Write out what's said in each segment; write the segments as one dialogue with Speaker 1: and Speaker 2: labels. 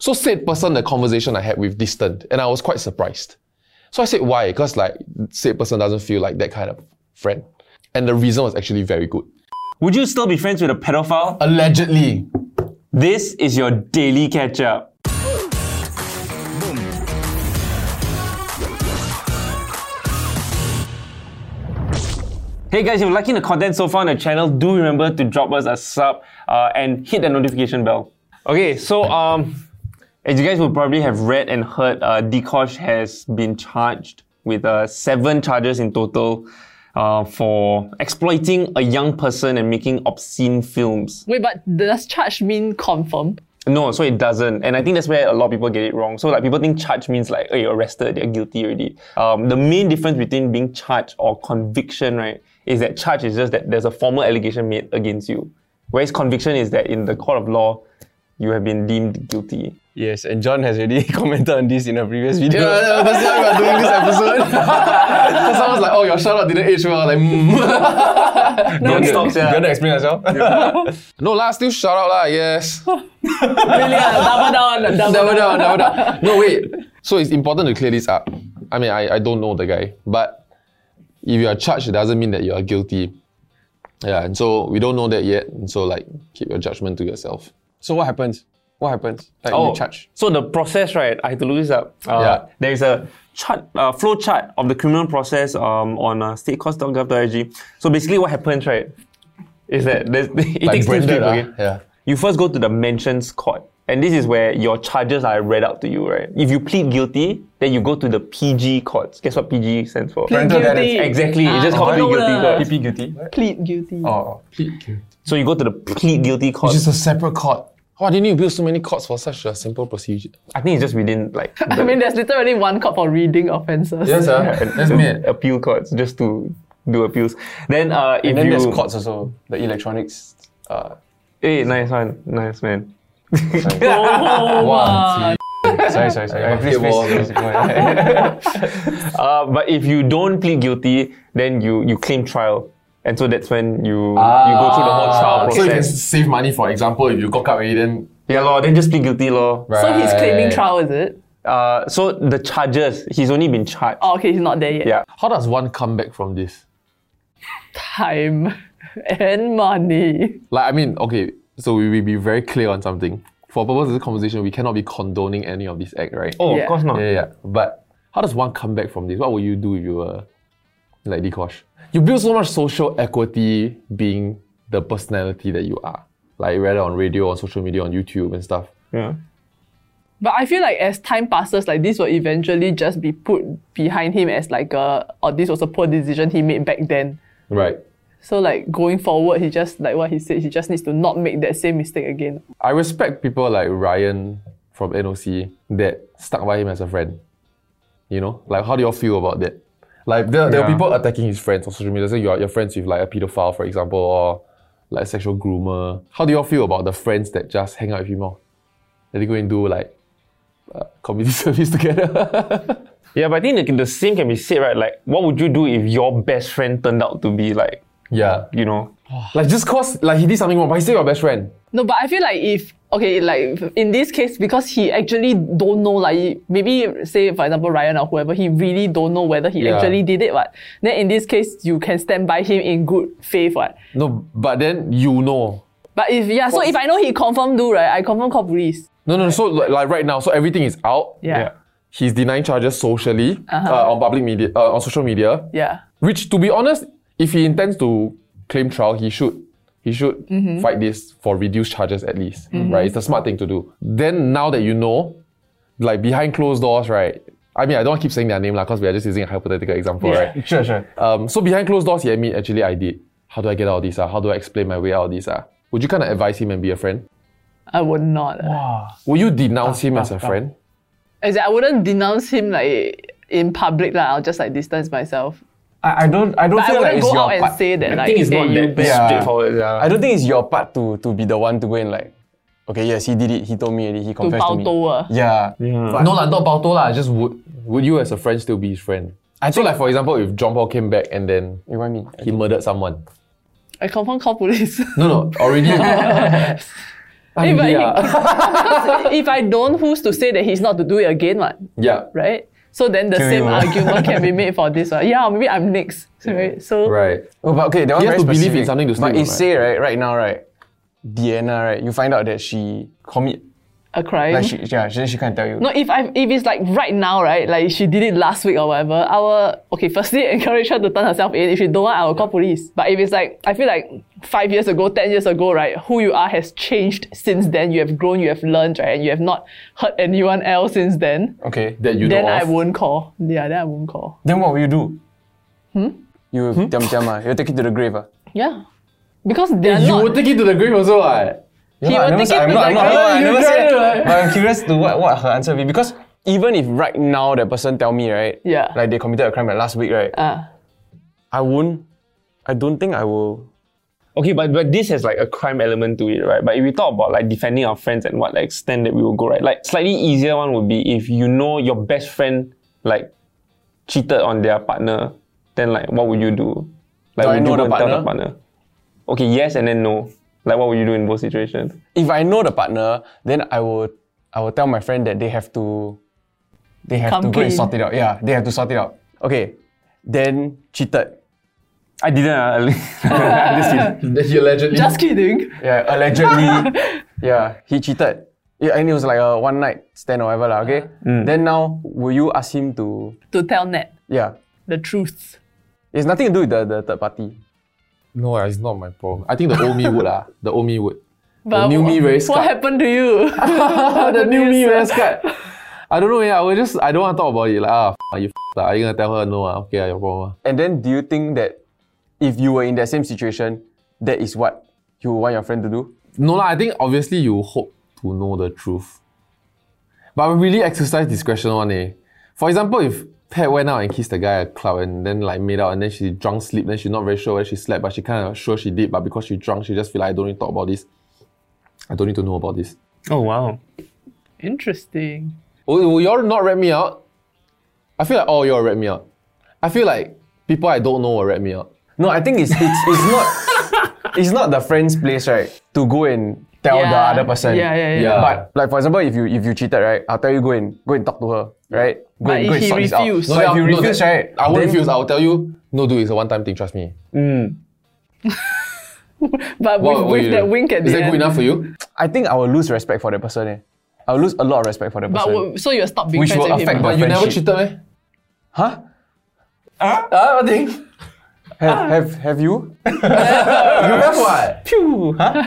Speaker 1: So said person, the conversation I had with distant, and I was quite surprised. So I said, why? Because like said person doesn't feel like that kind of friend. And the reason was actually very good.
Speaker 2: Would you still be friends with a pedophile?
Speaker 1: Allegedly.
Speaker 2: This is your daily catch up. Hey guys, if you're liking the content so far on the channel, do remember to drop us a sub uh, and hit the notification bell. Okay, so um, as you guys will probably have read and heard, uh, Dikosh has been charged with uh, seven charges in total uh, for exploiting a young person and making obscene films.
Speaker 3: Wait, but does charge mean confirm?
Speaker 2: No, so it doesn't. And I think that's where a lot of people get it wrong. So like people think charge means like, oh, you're arrested, you're guilty already. Um, the main difference between being charged or conviction, right, is that charge is just that there's a formal allegation made against you. Whereas conviction is that in the court of law, you have been deemed guilty.
Speaker 4: Yes, and John has already commented on this in a previous video.
Speaker 1: Yeah, yeah, that's why we are doing this episode. so someone's like, oh, your shout out didn't age well. Like, mm.
Speaker 2: No, stop,
Speaker 4: Do you
Speaker 2: yeah.
Speaker 4: want to explain yourself?
Speaker 1: no, last still shout out, lah, yes.
Speaker 3: Really, ah, double down, double,
Speaker 1: Double
Speaker 3: down.
Speaker 1: down, double down. No, wait. So it's important to clear this up. I mean, I, I don't know the guy, but if you are charged, it doesn't mean that you are guilty. Yeah, and so we don't know that yet. And so, like, keep your judgment to yourself.
Speaker 4: so what happens? What happens? Like
Speaker 2: Oh,
Speaker 4: you charge.
Speaker 2: So the process, right? I had to look this up. Uh,
Speaker 1: Yeah.
Speaker 2: There is a chart, uh, flow chart of the criminal process um, on uh, statecost.gov.sg. So basically, what happens, right, is that there's, it takes two people.
Speaker 1: ah,
Speaker 2: okay?
Speaker 1: Yeah.
Speaker 2: You first go to the mentions court, and this is where your charges are read out to you, right? If you plead guilty, then you go to the PG courts. Guess what PG stands for?
Speaker 3: Plead guilty. Ah.
Speaker 2: Exactly, it's just called
Speaker 3: no
Speaker 2: plead Ah. guilty
Speaker 3: lah.
Speaker 2: court.
Speaker 4: PP guilty.
Speaker 3: Plead guilty.
Speaker 4: Oh,
Speaker 2: So you go to the plead guilty court.
Speaker 1: Which is a separate court. Why do you need to build so many courts for such a simple procedure?
Speaker 2: I think it's just within like
Speaker 3: I mean, there's literally one cop for reading offences.
Speaker 1: sir. That's me.
Speaker 2: appeal courts just to do appeals. Then uh, if
Speaker 4: and then
Speaker 2: you
Speaker 4: there's courts also. The electronics. Uh,
Speaker 2: Hey, nice one, nice man.
Speaker 3: Oh.
Speaker 1: One,
Speaker 4: sorry, sorry, sorry. Uh, please,
Speaker 1: basketball.
Speaker 4: please, please, go ahead.
Speaker 2: Uh, but if you don't plead guilty, then you you claim trial, and so that's when you you go through the whole trial
Speaker 1: Ah. So you can
Speaker 2: process.
Speaker 1: save money, for example, if you cock up already, then.
Speaker 2: yeah, law. Then just plead guilty, law.
Speaker 3: So he's claiming
Speaker 1: Right.
Speaker 3: trial, is it?
Speaker 2: Uh, so the charges, he's only been charged.
Speaker 3: Oh, okay, he's not there yet.
Speaker 2: Yeah.
Speaker 1: How does one come back from this?
Speaker 3: Time and money.
Speaker 1: Like, I mean, okay, so we will be very clear on something. For purpose of this conversation, we cannot be condoning any of this act, right?
Speaker 2: Oh,
Speaker 3: Yeah.
Speaker 2: of course not.
Speaker 1: Yeah, yeah, yeah. But how does one come back from this? What would you do if you were like Dikosh? You build so much social equity being the personality that you are. Like whether on radio, on social media, on YouTube and stuff.
Speaker 2: Yeah.
Speaker 3: But I feel like as time passes, like this will eventually just be put behind him as like a, or this was a poor decision he made back then.
Speaker 1: Right.
Speaker 3: So like going forward, he just like what he said, he just needs to not make that same mistake again.
Speaker 1: I respect people like Ryan from NOC that stuck by him as a friend. You know, like how do y'all feel about that? Like there, there are
Speaker 2: Yeah.
Speaker 1: people attacking his friends on social media. So you're, you're friends with like a pedophile, for example, or like a sexual groomer. How do y'all feel about the friends that just hang out with him all? That they go and do like uh, community service together.
Speaker 2: Yeah, but I think the, the same can be said, right? Like, what would you do if your best friend turned out to be like,
Speaker 1: yeah,
Speaker 2: you know?
Speaker 1: like just cause like he did something wrong, but he's still your best friend.
Speaker 3: No, but I feel like if okay, like in this case, because he actually don't know, like maybe say for example Ryan or whoever, he really don't know whether he
Speaker 1: Yeah.
Speaker 3: actually did it. What then in this case, you can stand by him in good faith. What?
Speaker 1: No, but then you know
Speaker 3: But if yeah, so if I know he confirm do right, I confirm call police.
Speaker 1: No, no. So like, like right now, so everything is out.
Speaker 3: Yeah. Yeah.
Speaker 1: He's denying charges socially uh, on public media, uh, on social media.
Speaker 3: Yeah,
Speaker 1: Which, to be honest, if he intends to claim trial, he should. He should fight this for reduced charges at least, right? It's the smart thing to do. Then now that you know, like behind closed doors, right? I mean, I don't want to keep saying their name because we are just using a hypothetical example, right?
Speaker 4: Sure, sure.
Speaker 1: Um, so behind closed doors, he admit actually I did. how do I get out of this? Ah? How do I explain my way out of this? Ah? Would you kind of advise him and be a friend?
Speaker 3: I would not.
Speaker 1: Would you denounce him as a friend?
Speaker 3: As in, I wouldn't denounce him like in public lah. I'll just like distance myself.
Speaker 4: I, I don't I don't
Speaker 3: But I
Speaker 4: feel like
Speaker 3: wouldn't
Speaker 4: it's
Speaker 3: go
Speaker 4: your
Speaker 3: out and
Speaker 4: part.
Speaker 3: say that.
Speaker 2: I
Speaker 3: like,
Speaker 2: think it's
Speaker 3: hey,
Speaker 2: not
Speaker 3: you
Speaker 2: that
Speaker 3: bad.
Speaker 4: Yeah.
Speaker 2: straightforward. Yeah.
Speaker 4: I don't think it's your part to to be the one to go and like, okay, yes, he did it. He told me already. He confessed to, me.
Speaker 3: bao-toh ah.
Speaker 4: Yeah.
Speaker 1: No, lah, not Bao lah. Just would would you as a friend still be his friend? I so like for example, if John Paul came back and then
Speaker 4: You want me?
Speaker 1: he murdered someone.
Speaker 3: I confirm call police.
Speaker 1: No, no, already.
Speaker 3: Eh, but he-
Speaker 1: yeah.
Speaker 3: if I don't, who's to say that he's not to do it again, what?
Speaker 1: yeah.
Speaker 3: Right? So then the
Speaker 4: Can we
Speaker 3: same
Speaker 4: move on?
Speaker 3: argument can be made for this one. Yeah, maybe I'm next. Right? So
Speaker 1: Right.
Speaker 4: Oh, but okay,
Speaker 1: You
Speaker 4: that was
Speaker 1: have
Speaker 4: very
Speaker 1: to believe in
Speaker 4: specific.
Speaker 1: something to
Speaker 4: But
Speaker 1: sleep with,
Speaker 4: if say right right now right, Deanna right, you find out that she commit
Speaker 3: a crime.
Speaker 4: like she yeah she, she can't tell you.
Speaker 3: No, if I if it's like right now, right, like she did it last week or whatever, I will okay. Firstly, encourage her to turn herself in. If she don't want, I will call police. But if it's like I feel like five years ago, ten years ago, right, who you are has changed since then. You have grown, you have learned, right, and you have not hurt anyone else since then.
Speaker 4: Okay.
Speaker 1: That you
Speaker 3: then
Speaker 1: know
Speaker 3: I
Speaker 1: of.
Speaker 3: won't call. Yeah, then I won't call.
Speaker 4: Then what will you do? Hmm. You diam diam ah. You take it to the grave ah.
Speaker 3: Yeah, because they're
Speaker 1: You
Speaker 3: not.
Speaker 1: would take it to the grave also, what?
Speaker 4: Yeah,
Speaker 3: He
Speaker 4: lah, I
Speaker 3: will
Speaker 4: never
Speaker 3: take
Speaker 4: say-
Speaker 3: it
Speaker 4: I'm
Speaker 3: to
Speaker 4: not,
Speaker 3: the
Speaker 4: I'm not,
Speaker 3: grave.
Speaker 4: I
Speaker 3: You
Speaker 4: never
Speaker 3: try
Speaker 4: said
Speaker 3: it,
Speaker 4: that.
Speaker 3: right?
Speaker 4: But I'm curious to what, what her answer will be because even if right now that person tell me right,
Speaker 3: Yeah.
Speaker 4: like they committed a crime like last week right,
Speaker 3: Ah.
Speaker 4: I won't. I don't think I will.
Speaker 2: Okay, but but this has like a crime element to it, right? But if we talk about like defending our friends and what like, extent that we will go, right? Like slightly easier one would be if you know your best friend like cheated on their partner, then like what would you do? Like
Speaker 4: Do I
Speaker 2: would
Speaker 4: know
Speaker 2: you go
Speaker 4: the
Speaker 2: and tell the
Speaker 4: partner?
Speaker 2: partner? Okay, yes and then no. Like what would you do in both situations?
Speaker 4: If I know the partner, then I will. I will tell my friend that they have to. They have
Speaker 3: Come
Speaker 4: to go and
Speaker 3: clean.
Speaker 4: sort it out. Yeah, they have to sort it out. Okay, then cheated.
Speaker 2: I didn't. Uh, just kidding.
Speaker 1: That he allegedly.
Speaker 3: Just kidding.
Speaker 4: Yeah, allegedly. yeah, he cheated. Yeah, and it was like a one night stand or whatever lah. Okay.
Speaker 1: Mm.
Speaker 4: Then now, will you ask him to?
Speaker 3: To tell Ned
Speaker 4: Yeah,
Speaker 3: the truth.
Speaker 4: it's nothing to do with the, the third party.
Speaker 1: No, it's not my problem. I think the old me would ah. The old me would.
Speaker 3: But
Speaker 1: new
Speaker 3: wha-
Speaker 1: me very
Speaker 3: What
Speaker 1: scarred.
Speaker 3: happened to you?
Speaker 1: the new
Speaker 3: Yes.
Speaker 1: me very scared. I don't know. Yeah, I will just. I don't want to talk about it. Like ah, f- you. F- lah. Are you gonna tell her no? Ah, okay, ah, your problem. ah."
Speaker 4: And then, do you think that if you were in that same situation, that is what you would want your friend to do?
Speaker 1: No lah. I think obviously you hope to know the truth. But we really exercise discretion on it. For example, if Pat went out and kissed the guy at a club and then like made out and then she drunk sleep, then she's not very sure whether she slept, but she kind of sure she did, but because she drunk, she just feel like I don't need to talk about this. I don't need to know about this.
Speaker 2: oh wow.
Speaker 3: Interesting.
Speaker 4: Oh,
Speaker 1: Will, will y'all not rat me out? I feel like all y'all rat me out. I feel like people I don't know will rat me out.
Speaker 4: No, I think it's it's, it's not it's not the friend's place, right? To go and tell the
Speaker 3: Yeah.
Speaker 4: other person.
Speaker 3: Yeah, yeah, yeah.
Speaker 1: Yeah.
Speaker 4: But like for example, if you if you cheated, right? I'll tell you go and go and talk to her, right?
Speaker 3: But
Speaker 4: Go and, go
Speaker 3: if
Speaker 4: and
Speaker 3: he
Speaker 4: sort this out.
Speaker 3: refuse-
Speaker 4: So
Speaker 3: No,
Speaker 4: if you
Speaker 1: no,
Speaker 4: refuse,
Speaker 1: that-
Speaker 4: right?
Speaker 1: I won't
Speaker 4: then-
Speaker 1: refuse. I'll tell you, no, dude, it's a one-time thing. Trust me. What-
Speaker 3: But with,
Speaker 1: what you
Speaker 3: with
Speaker 1: do?
Speaker 3: that wink at
Speaker 1: Is
Speaker 3: the
Speaker 1: that
Speaker 3: end.
Speaker 1: good enough for you?
Speaker 4: I think I will lose respect for that person. Eh. I will lose a lot of respect for that
Speaker 3: But
Speaker 4: person.
Speaker 3: w- so you'll stop being
Speaker 4: Which
Speaker 3: friends
Speaker 4: will
Speaker 3: with him.
Speaker 4: affect
Speaker 3: ah?
Speaker 1: But you never
Speaker 4: friendship.
Speaker 1: cheated, eh?
Speaker 4: huh?
Speaker 1: Ah, what thing?
Speaker 2: ah.
Speaker 4: Have, have have you?
Speaker 1: You have what?
Speaker 4: Huh? You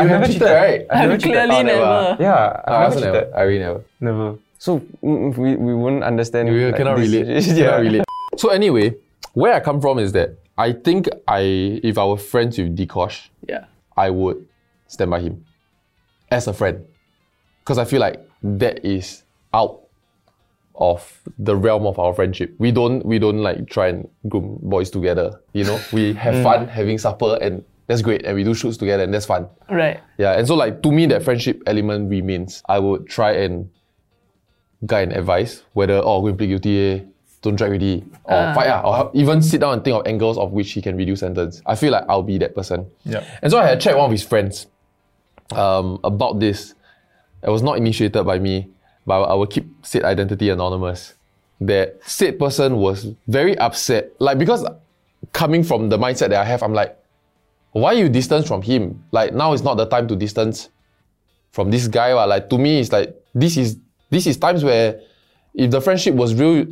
Speaker 1: You never cheated, right?
Speaker 4: I never cheated.
Speaker 3: Clearly
Speaker 1: never.
Speaker 3: never.
Speaker 4: Yeah,
Speaker 1: I
Speaker 4: I've
Speaker 1: also
Speaker 4: never
Speaker 1: never.
Speaker 4: cheated.
Speaker 1: I really never.
Speaker 2: Never.
Speaker 4: So mm, mm, we, we won't understand.
Speaker 1: We
Speaker 4: like,
Speaker 1: cannot
Speaker 4: this-
Speaker 1: relate. Cannot relate. So anyway, where I come from is that I think I, if I were friends with Dikosh,
Speaker 3: Yeah.
Speaker 1: I would stand by him as a friend. Because I feel like that is out of the realm of our friendship. We don't we don't like try and groom boys together. You know, we have fun having supper and that's great. And we do shoots together and that's fun.
Speaker 3: Right.
Speaker 1: Yeah. And so like to me that friendship element remains. I would try and guide and advise whether oh we plead guilty. eh, Don't drag already, or fight, ah, or help- even sit down and think of angles of which he can reduce sentence. I feel like I'll be that person. And so I had checked one of his friends um, about this. It was not initiated by me, but I will keep said identity anonymous. That said person was very upset. Like, because coming from the mindset that I have, I'm like, why you distance from him? Like, now is not the time to distance from this guy. Wa. Like, to me, it's like, this is this is times where if the friendship was real,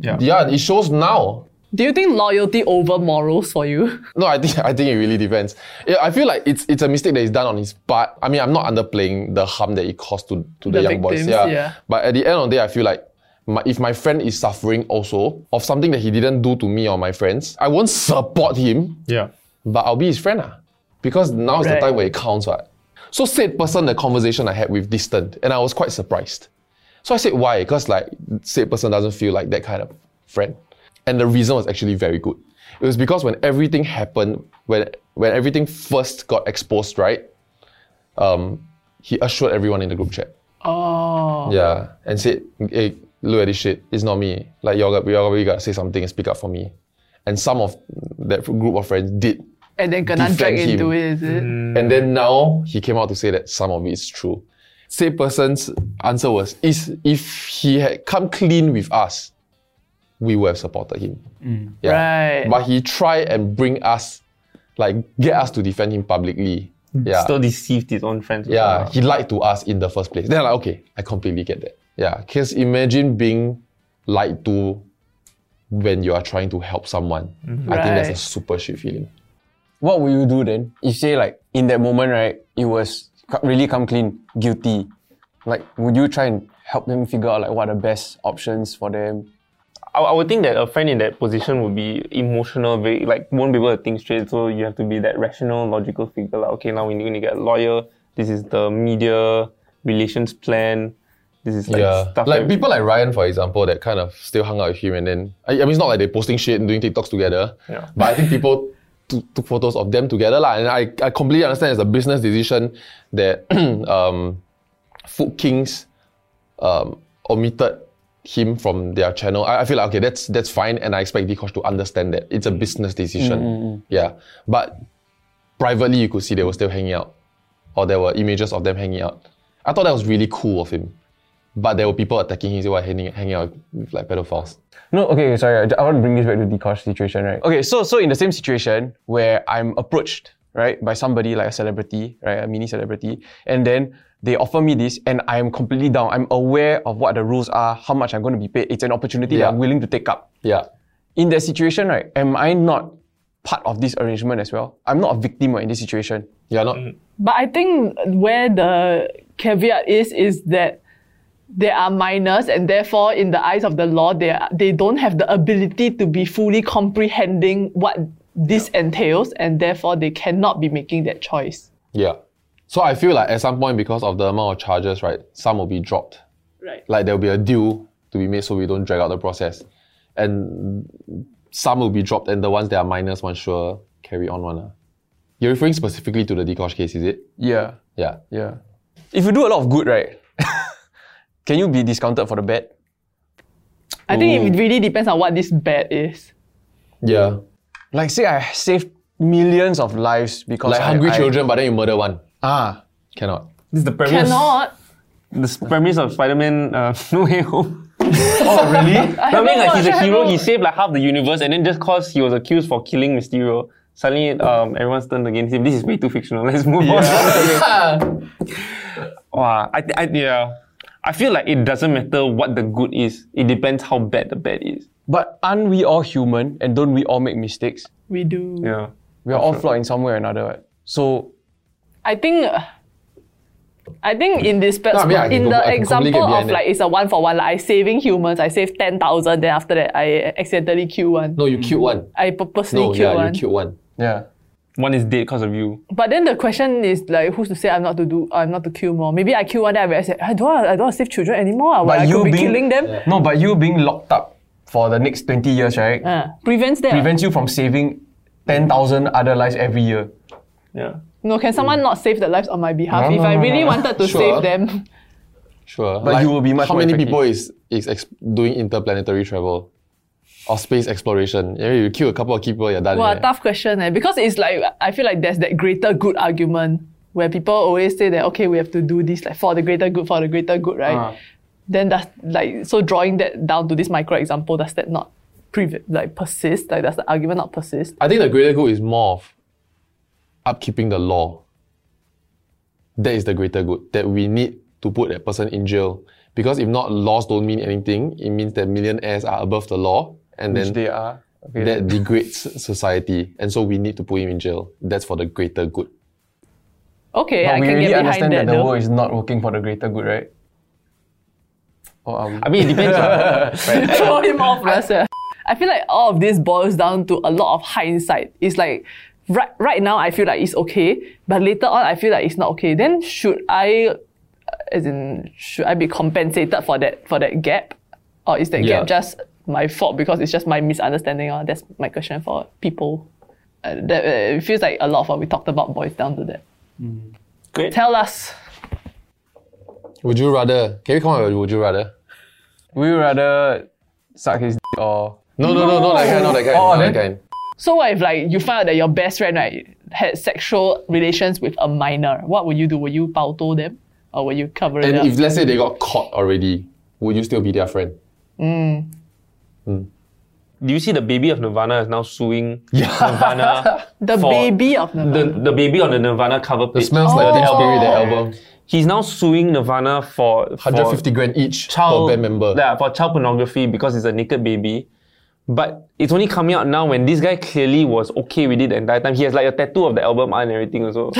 Speaker 4: Yeah.
Speaker 1: yeah it shows now.
Speaker 3: Do you think loyalty over morals for you?
Speaker 1: No, I think I think it really depends. Yeah, I feel like it's it's a mistake that is done on his part. I mean, I'm not underplaying the harm that it caused to, to the,
Speaker 3: The
Speaker 1: young boys.
Speaker 3: victims,
Speaker 1: Yeah.
Speaker 3: yeah.
Speaker 1: But at the end of the day, I feel like my, if my friend is suffering also of something that he didn't do to me or my friends, I won't support him.
Speaker 4: Yeah.
Speaker 1: but I'll be his friend. Ah. Because now is
Speaker 3: Right.
Speaker 1: the time where it counts. Right? So said person, the conversation I had with distant, and I was quite surprised. So I said, why? Because like said person doesn't feel like that kind of friend. And the reason was actually very good. It was because when everything happened, when when everything first got exposed, right? Um, he assured everyone in the group chat.
Speaker 3: Oh.
Speaker 1: Yeah, and said, "Hey, look at this shit. It's not me. Like y'all, got, y'all, gotta say something and speak up for me." And some of that group of friends did,
Speaker 3: And then kena
Speaker 1: Defend
Speaker 3: drag
Speaker 1: him. Mm.
Speaker 3: into it, is it?
Speaker 1: and then now he came out to say that some of it is true. Same person's answer was, "Is if he had come clean with us, we would have supported him." Yeah.
Speaker 3: Right.
Speaker 1: But he tried and bring us, like get us to defend him publicly. Yeah.
Speaker 2: Still deceived his own friends.
Speaker 1: Yeah, he lied to us in the first place. Then I'm like, okay, I completely get that. Yeah, because imagine being lied to when you are trying to help someone. I think that's a
Speaker 3: Right.
Speaker 1: super shit feeling.
Speaker 4: What will you do then? You say like in that moment, right? It was co- really come clean, guilty. Like, would you try and help them figure out like what are the best options for them?
Speaker 2: I, I would think that a friend in that position would be emotional, very like won't be able to think straight. So you have to be that rational, logical figure. Like, okay, now we need to get a lawyer. This is the media relations plan. This is like stuff.
Speaker 1: like
Speaker 2: that-
Speaker 1: people like Ryan, for example, that kind of still hung out with him, and then I, I mean, it's not like they're posting shit and doing TikToks together.
Speaker 2: Yeah.
Speaker 1: But I think people t- took photos of them together, lah. And I, I completely understand it's a business decision that um, Food Kings um, omitted him from their channel. I, I feel like okay, that's that's fine, and I expect Dikosh to understand that it's a
Speaker 2: Mm.
Speaker 1: business decision. Yeah, but privately you could see they were still hanging out, or there were images of them hanging out. I thought that was really cool of him, but there were people attacking him. Say, "Why hanging hanging out with like pedophiles?"
Speaker 4: No, okay, okay, sorry. I I want to bring this back to the Dikosh situation, right? Okay, so so in the same situation where I'm approached, right, by somebody like a celebrity, right, a mini celebrity, and then they offer me this, and I'm completely down. I'm aware of what the rules are, how much I'm going to be paid. It's an opportunity that
Speaker 1: Yeah.
Speaker 4: I'm willing to take up.
Speaker 1: Yeah,
Speaker 4: In that situation, right, am I not part of this arrangement as well? I'm not a victim or in this situation.
Speaker 1: yeah, not
Speaker 3: But I think where the caveat is is that they are minors and therefore in the eyes of the law they are, they don't have the ability to be fully comprehending what this entails and therefore they cannot be making that choice.
Speaker 1: yeah. So I feel like at some point because of the amount of charges, right, some will be dropped.
Speaker 3: Right.
Speaker 1: like there will be a deal to be made so we don't drag out the process. And some will be dropped, and the ones that are minors, one sure carry on one. ah. You're referring specifically to the Dikosh case, is it?
Speaker 4: Yeah,
Speaker 1: Yeah.
Speaker 4: yeah. If you do a lot of good, right, can you be discounted for the bad?
Speaker 3: I think it really depends on what this bad is.
Speaker 1: Yeah.
Speaker 4: Like, say I saved millions of lives because
Speaker 1: Like
Speaker 4: I-
Speaker 1: hungry
Speaker 4: I-
Speaker 1: children, but then you murder one.
Speaker 4: Ah,
Speaker 1: Cannot.
Speaker 2: this is the premise.
Speaker 3: Cannot.
Speaker 2: The s- premise of Spider-Man: uh, No Way Home.
Speaker 4: oh really?
Speaker 2: I mean, like he's
Speaker 3: watched,
Speaker 2: a
Speaker 3: I
Speaker 2: hero.
Speaker 3: haven't-
Speaker 2: He saved like half the universe, and then just cause he was accused for killing Mysterio, suddenly um, everyone's turned against him. This is way too fictional. Let's move on. Wow, I, I yeah. I feel like it doesn't matter what the good is. It depends how bad the bad is.
Speaker 4: But aren't we all human and don't we all make mistakes?
Speaker 3: We do.
Speaker 2: Yeah.
Speaker 4: We are all flawed in some way or another. right? So
Speaker 3: I think I think in this
Speaker 1: No, I mean, I can
Speaker 3: in
Speaker 1: go-
Speaker 3: the
Speaker 1: I can completely
Speaker 3: example
Speaker 1: get
Speaker 3: of
Speaker 1: behind
Speaker 3: like
Speaker 1: it.
Speaker 3: it's a one for one. Like I saving humans, I save ten thousand. Then after that, I accidentally kill one.
Speaker 1: No, you killed one.
Speaker 3: I purposely
Speaker 1: No,
Speaker 3: Mm. kill
Speaker 1: yeah,
Speaker 3: one.
Speaker 1: you killed one.
Speaker 4: yeah.
Speaker 2: One is dead because of you.
Speaker 3: But then the question is like, who's to say I'm not to do? I'm not to kill more. Maybe I kill one, then I realize that I don't. wanna- I don't want to save children anymore. ah, When I could be killing them
Speaker 4: No, but you being locked up for the next 20 years, right?
Speaker 3: Ah, prevents them.
Speaker 4: Prevents you from saving 10,000 other lives every year.
Speaker 2: Yeah.
Speaker 3: no, can someone not save the lives on my behalf
Speaker 4: Mm. No,
Speaker 3: if
Speaker 4: no,
Speaker 3: I
Speaker 4: no,
Speaker 3: really
Speaker 4: no.
Speaker 3: wanted to
Speaker 1: Sure.
Speaker 3: save them?
Speaker 1: Sure.
Speaker 4: But you will be much
Speaker 1: How
Speaker 4: more
Speaker 1: many
Speaker 4: effective.
Speaker 1: people is is ex- doing interplanetary travel or space exploration? Yeah, you kill a couple of people, you're done.
Speaker 3: Well,
Speaker 1: eh.
Speaker 3: tough question, eh? Because it's like I feel like there's that greater good argument where people always say that okay, we have to do this like for the greater good, for the greater good,
Speaker 4: Uh-huh.
Speaker 3: right? Then that's like so drawing that down to this micro example, does that not prev- like persist? Like does the argument not persist?
Speaker 1: I think the greater good is more of upkeeping the law. That is the greater good that we need to put that person in jail because if not, laws don't mean anything. It means that millionaires are above the law, and
Speaker 4: Which
Speaker 1: then
Speaker 4: they are. Okay.
Speaker 1: that degrades society, and so we need to put him in jail. That's for the greater good.
Speaker 3: Okay, I
Speaker 4: but we
Speaker 3: can
Speaker 4: really
Speaker 3: get behind
Speaker 4: understand
Speaker 3: that.
Speaker 4: that the
Speaker 3: though.
Speaker 4: world is not working for the greater good, right? Or are we?
Speaker 2: I mean, it depends. on,
Speaker 3: throw him off. I, I feel like all of this boils down to a lot of hindsight. It's like right right now I feel like it's okay, but later on I feel like it's not okay. Then should I, as in, should I be compensated for that for that gap, or is that
Speaker 1: Yeah.
Speaker 3: gap just my fault because it's just my misunderstanding? Or that's my question for people. Uh, that, uh, it feels like a lot of what we talked about boils down to that.
Speaker 2: Great.
Speaker 3: Tell us.
Speaker 1: Would you rather? Can we come up with would you rather?
Speaker 4: Would you rather suck his dick or
Speaker 1: No, no, no, not that kind, not that
Speaker 4: Oh,
Speaker 1: kind, not that kind.
Speaker 3: So what if like you find out that your best friend right had sexual relations with a minor? What would you do? Would you pauto them or would you cover it
Speaker 1: And
Speaker 3: up?
Speaker 1: if let's say they got caught already, would you still be their friend?
Speaker 2: Do you see the baby of Nirvana is now suing Nirvana?
Speaker 3: the
Speaker 2: for
Speaker 3: baby of the,
Speaker 2: the, the baby on the Nirvana cover page.
Speaker 1: It smells like
Speaker 2: Oh.
Speaker 1: Teen Spirit, that album.
Speaker 2: He's now suing Nirvana for for
Speaker 1: 150 grand each
Speaker 2: child
Speaker 1: per band member.
Speaker 2: Yeah, for child pornography because it's a naked baby. But it's only coming out now when this guy clearly was okay with it the entire time. He has like a tattoo of the album art and everything also.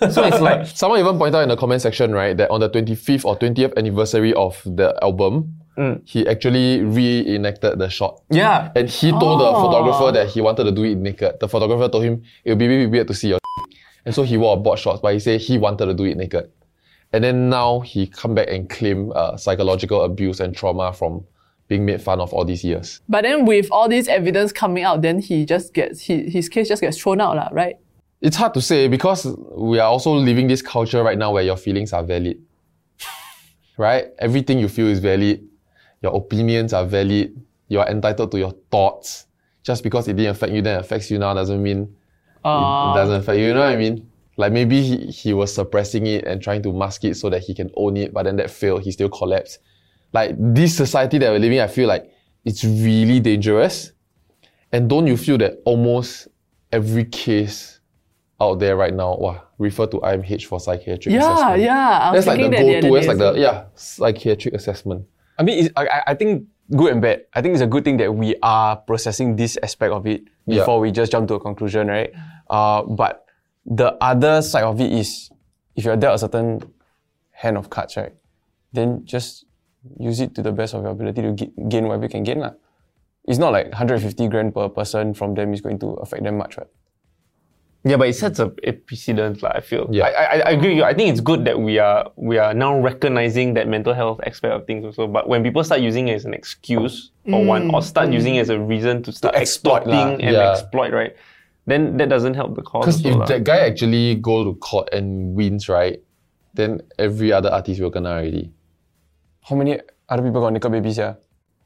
Speaker 2: so it's like
Speaker 1: Someone even pointed out in the comment section, right, that on the 25th or 20th anniversary of the album, he actually reenacted the shot.
Speaker 2: Mm. yeah. Oh.
Speaker 1: And he told the photographer that he wanted to do it naked. The photographer told him it would be really weird to see your and so he wore a board shorts, but he said he wanted to do it naked. And then now he come back and claim uh, psychological abuse and trauma from being made fun of all these years.
Speaker 3: But then with all this evidence coming out, then he just gets he, his case just gets thrown out, lah, right?
Speaker 1: It's hard to say because we are also living this culture right now where your feelings are valid. right? Everything you feel is valid. Your opinions are valid. You are entitled to your thoughts. Just because it didn't affect you then affects you now doesn't mean it doesn't affect you. You know what I mean? Like maybe he, he was suppressing it and trying to mask it so that he can own it, but then that failed. He still collapsed. Like this society that we're living, I feel like it's really dangerous. And don't you feel that almost every case out there right now, wow, refer to IMH for psychiatric
Speaker 3: Yeah,
Speaker 1: assessment.
Speaker 3: yeah. I was
Speaker 1: That's like the
Speaker 3: thinking that
Speaker 1: go-to.
Speaker 3: the other
Speaker 1: That's
Speaker 3: day
Speaker 1: like the yeah psychiatric assessment.
Speaker 4: I mean, it's, I, I- I think good and bad. I think it's a good thing that we are processing this aspect of it
Speaker 1: Yeah.
Speaker 4: before we just jump to a conclusion, right? Uh, but the other side of it is if you're dealt a certain hand of cards, right, then just use it to the best of your ability to g- gain whatever you can gain. lah. It's not like 150 grand per person from them is going to affect them much, right?
Speaker 2: Yeah, but it sets a, a precedent, like, I feel.
Speaker 1: Yeah.
Speaker 2: I, I, I agree with you. I think it's good that we are we are now recognizing that mental health aspect of things also. But when people start using it as an excuse for one,
Speaker 1: Mm,
Speaker 2: or start using it as a reason to start
Speaker 4: exploit lah.
Speaker 2: exploiting and
Speaker 1: Yeah.
Speaker 2: exploit, right? Then that doesn't help the cause.
Speaker 1: Because
Speaker 2: also
Speaker 1: if
Speaker 2: lah.
Speaker 1: that guy actually go to court and wins, right, then every other artist will kena already.
Speaker 4: How many other people got naked babies, yeah?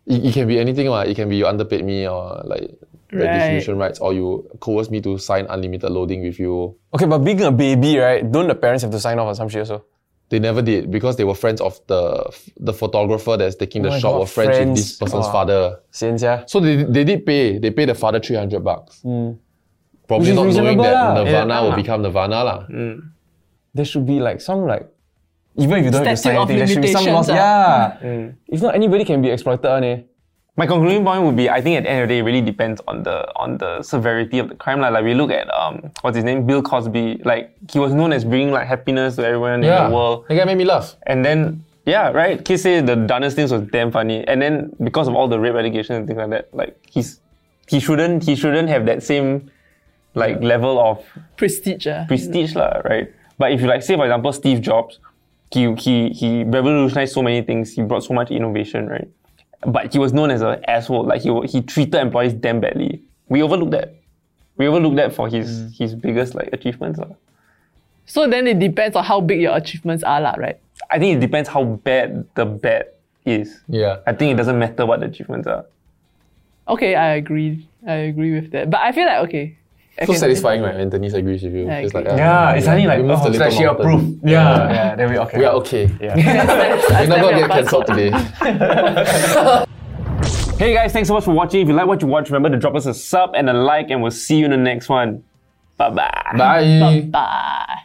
Speaker 1: It, it can be anything, lah. It can be you underpaid me or like rent
Speaker 3: Right.
Speaker 1: distribution rights, or you coerce me to sign unlimited loading with you.
Speaker 4: Okay, but being a baby, right, don't the parents have to sign off on some shit also?
Speaker 1: They never did because they were friends of the the photographer that's taking the
Speaker 4: my
Speaker 1: shot
Speaker 4: God,
Speaker 1: were Oh friends, with this
Speaker 4: friends.
Speaker 1: person's
Speaker 4: Wow.
Speaker 1: father.
Speaker 4: Sian, yeah.
Speaker 1: So they, they did pay. They paid the father three hundred bucks. Probably
Speaker 4: Which is
Speaker 1: not knowing
Speaker 4: reasonable
Speaker 1: that
Speaker 4: lah. Yeah,
Speaker 1: Nirvana will
Speaker 2: lah.
Speaker 1: become Nirvana lah.
Speaker 4: there should be like some like even if you don't have to sign
Speaker 3: Statute of
Speaker 4: anything, there should be some laws.
Speaker 3: limitations,
Speaker 4: Yeah.
Speaker 2: Mm.
Speaker 4: If not, anybody can be exploited, on eh?
Speaker 2: My concluding point would be I think at the end of the day it really depends on the on the severity of the crime. Like, like we look at um what's his name? Bill Cosby. Like he was known as bringing like happiness to everyone in the world.
Speaker 1: that guy made me laugh.
Speaker 2: And then, yeah, right? Kids say the dumbest things was damn funny. And then because of all the rape allegations and things like that, like he's he shouldn't he shouldn't have that same like level of
Speaker 3: prestige. ah.
Speaker 2: prestige, lah, right? But if you like say for example Steve Jobs, he he he revolutionized so many things, he brought so much innovation, right? But he was known as an asshole. Like he wa- he treated employees damn badly. We overlooked that. We overlooked that for his his biggest like achievements. lah.
Speaker 3: So then it depends on how big your achievements are, lah, right?
Speaker 2: I think it depends how bad the bad is.
Speaker 1: Yeah.
Speaker 2: I think it doesn't matter what the achievements are.
Speaker 3: Okay, I agree. I agree with that. But I feel like okay.
Speaker 1: So satisfying when Anthony agrees with you.
Speaker 3: I
Speaker 1: It's like,
Speaker 3: agree.
Speaker 2: Yeah, it's only
Speaker 1: we
Speaker 2: like,
Speaker 1: moved a
Speaker 2: oh, it's
Speaker 1: little
Speaker 2: like she
Speaker 1: mountain.
Speaker 2: approved.
Speaker 1: Yeah.
Speaker 4: Yeah, then we okay.
Speaker 1: We are okay.
Speaker 3: We're
Speaker 1: We're not gonna get cancelled today.
Speaker 2: Hey guys, thanks so much for watching. If you like what you watch, remember to drop us a sub and a like, and we'll see you in the next one. Bye bye.
Speaker 1: Bye.
Speaker 3: Bye.